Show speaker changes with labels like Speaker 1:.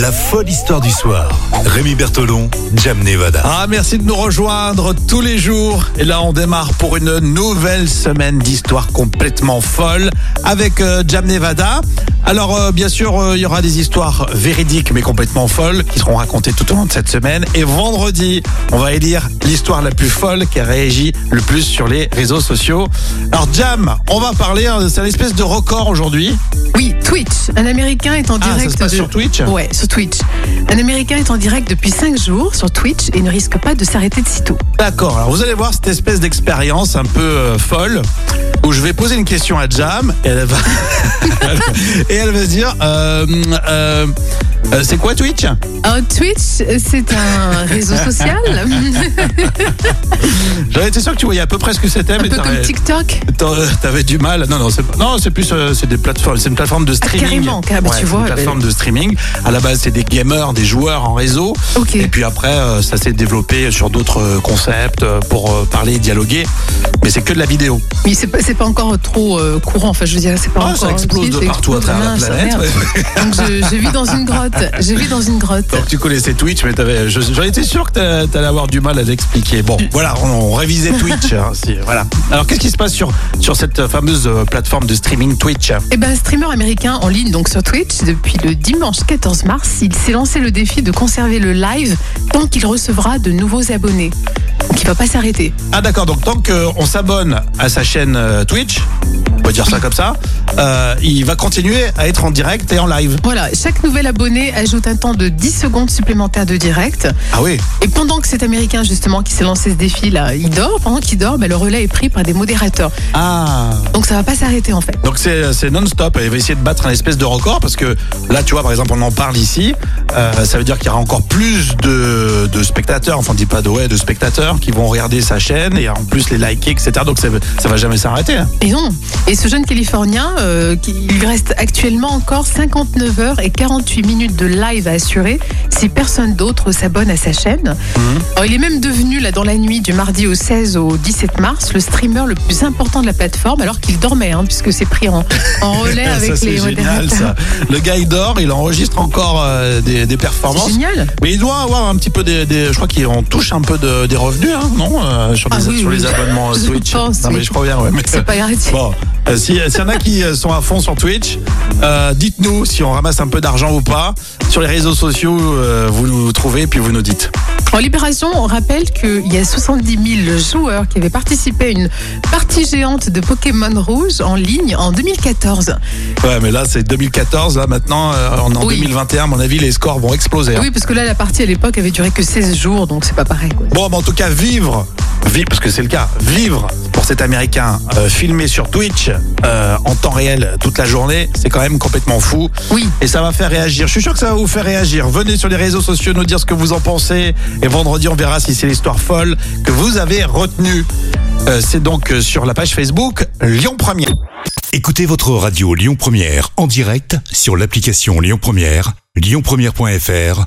Speaker 1: La folle histoire du soir. Rémi Bertolon, Jam Nevada.
Speaker 2: Ah, merci de nous rejoindre tous les jours. Et là, on démarre pour une nouvelle semaine d'histoires complètement folles avec euh, Jam Nevada. Alors, euh, bien sûr, euh, il y aura des histoires véridiques mais complètement folles qui seront racontées tout au long de cette semaine. Et vendredi, on va élire l'histoire la plus folle qui a réagi le plus sur les réseaux sociaux. Alors, Jam, on va parler, hein, c'est un espèce de record aujourd'hui.
Speaker 3: Oui, Twitch. Un Américain est en
Speaker 2: Ah, ça
Speaker 3: direct.
Speaker 2: se passe sur Twitch
Speaker 3: Ouais, sur Twitch. Un Américain est en direct depuis 5 jours sur Twitch et ne risque pas de s'arrêter de sitôt.
Speaker 2: D'accord, alors vous allez voir cette espèce d'expérience un peu euh, folle où je vais poser une question à Jam et elle va, et elle va se dire euh, euh, euh, C'est quoi Ah, Twitch
Speaker 3: Alors, Twitch, euh, c'est un réseau social,
Speaker 2: J'avais été sûr que tu voyais à peu près ce que c'était,
Speaker 3: un
Speaker 2: mais
Speaker 3: peu comme
Speaker 2: t'avais-
Speaker 3: TikTok.
Speaker 2: t'en- t'avais du mal. Non, non, c'est non, c'est plus euh, c'est des plateformes, c'est une plateforme de streaming.
Speaker 3: Ah, carrément, carrément, tu
Speaker 2: c'est
Speaker 3: vois,
Speaker 2: Une
Speaker 3: ben-
Speaker 2: plateforme de streaming. À la base, c'est des gamers, des joueurs en réseau.
Speaker 3: Ok.
Speaker 2: Et puis après, euh, ça s'est développé sur d'autres euh, concepts euh, pour euh, parler, dialoguer. Mais c'est que de la vidéo.
Speaker 3: Mais c'est pas, c'est pas encore trop euh, courant. Enfin, je veux dire, c'est pas
Speaker 2: Ah,
Speaker 3: encore.
Speaker 2: ça explose
Speaker 3: si,
Speaker 2: de
Speaker 3: ça
Speaker 2: partout à
Speaker 3: explose.
Speaker 2: travers la
Speaker 3: Mince,
Speaker 2: planète.
Speaker 3: merde. Donc, je, je vis dans une grotte. Je vis dans une grotte.
Speaker 2: Donc tu connaissais Twitch, mais t'avais- je- j'en étais sûr que t'a- t'allais avoir du mal à l'expliquer. Bon, voilà, on, on révisait Twitch. hein, si- voilà. Alors qu'est-ce qui se passe sur, sur cette fameuse euh, plateforme de streaming Twitch
Speaker 3: Eh ben, un streamer américain en ligne donc sur Twitch depuis le dimanche 14 mars, il s'est lancé le défi de conserver le live tant qu'il recevra de nouveaux abonnés. Donc il va pas s'arrêter.
Speaker 2: Ah d'accord, donc tant qu'on s'abonne à sa chaîne euh, Twitch, on va dire ça comme ça, euh, il va continuer à être en direct et en live.
Speaker 3: Voilà, chaque nouvel abonné ajoute un temps de 10 secondes supplémentaires de direct.
Speaker 2: Ah oui
Speaker 3: Et pendant que cet américain justement qui s'est lancé ce défi là, il dort, pendant qu'il dort, ben, le relais est pris par des modérateurs.
Speaker 2: Ah
Speaker 3: Donc ça va pas s'arrêter en fait.
Speaker 2: Donc c'est euh, c'est non-stop. Il va essayer de battre un espèce de record parce que là, tu vois, par exemple, on en parle ici. Euh, ça veut dire qu'il y aura encore plus de, de spectateurs, enfin, on dit pas de ouais, de spectateurs qui vont regarder sa chaîne et en plus les liker, etc. Donc ça, ça va jamais s'arrêter. hein.
Speaker 3: Et non. Et ce jeune Californien, euh, qui- il lui reste actuellement encore 59 heures et 48 minutes de live à assurer si personne d'autre s'abonne à sa chaîne.
Speaker 2: Mhm.
Speaker 3: Alors, il est même devenu, là, dans la nuit du mardi au 16 au 17 mars, le streamer le plus important de la plateforme, alors qu'il dormait, hein, puisque c'est pris en, en relais
Speaker 2: ça,
Speaker 3: avec
Speaker 2: c'est
Speaker 3: les
Speaker 2: génial,
Speaker 3: modérateurs.
Speaker 2: ça. Le gars, il dort, il enregistre encore euh, des, des
Speaker 3: C'est
Speaker 2: performances.
Speaker 3: génial.
Speaker 2: Mais il doit avoir un petit peu des, des- je crois qu'on touche un peu de- des revenus, hein, non, euh, sur,
Speaker 3: Ah
Speaker 2: des-
Speaker 3: oui,
Speaker 2: sur
Speaker 3: oui.
Speaker 2: les abonnements euh,
Speaker 3: Je
Speaker 2: Twitch.
Speaker 3: pense,
Speaker 2: non mais
Speaker 3: oui.
Speaker 2: je crois bien, ouais. mais-
Speaker 3: C'est pas grave.
Speaker 2: Bon, euh, si- s'il y en a qui euh, sont à fond sur Twitch, euh, dites-nous si on ramasse un peu d'argent ou pas. Sur les réseaux sociaux, euh, vous nous trouvez puis vous nous dites.
Speaker 3: En Libération, on rappelle qu'il y a 70 000 joueurs qui avaient participé à une partie géante de Pokémon Rouge en ligne en 2014.
Speaker 2: Ouais, mais là c'est 2014, là maintenant euh, on est en
Speaker 3: Oui.
Speaker 2: 2021, à mon avis les scores vont exploser. hein.
Speaker 3: Oui, parce que là, la partie à l'époque avait duré que 16 jours, donc c'est pas pareil. Quoi.
Speaker 2: Bon, mais en tout cas vivre, vivre parce que c'est le cas, vivre pour cet Américain euh, filmé sur Twitch euh, en temps réel toute la journée, c'est quand même complètement fou.
Speaker 3: Oui.
Speaker 2: Et ça va faire réagir. Je suis sûr que ça va vous faire réagir. Venez sur les réseaux sociaux nous dire ce que vous en pensez. Et vendredi, on verra si c'est l'histoire folle que vous avez retenue. Euh, c'est donc euh, sur la page Facebook Lyon Première.
Speaker 1: Écoutez votre radio Lyon Première en direct sur l'application Lyon Première, lyonpremière.fr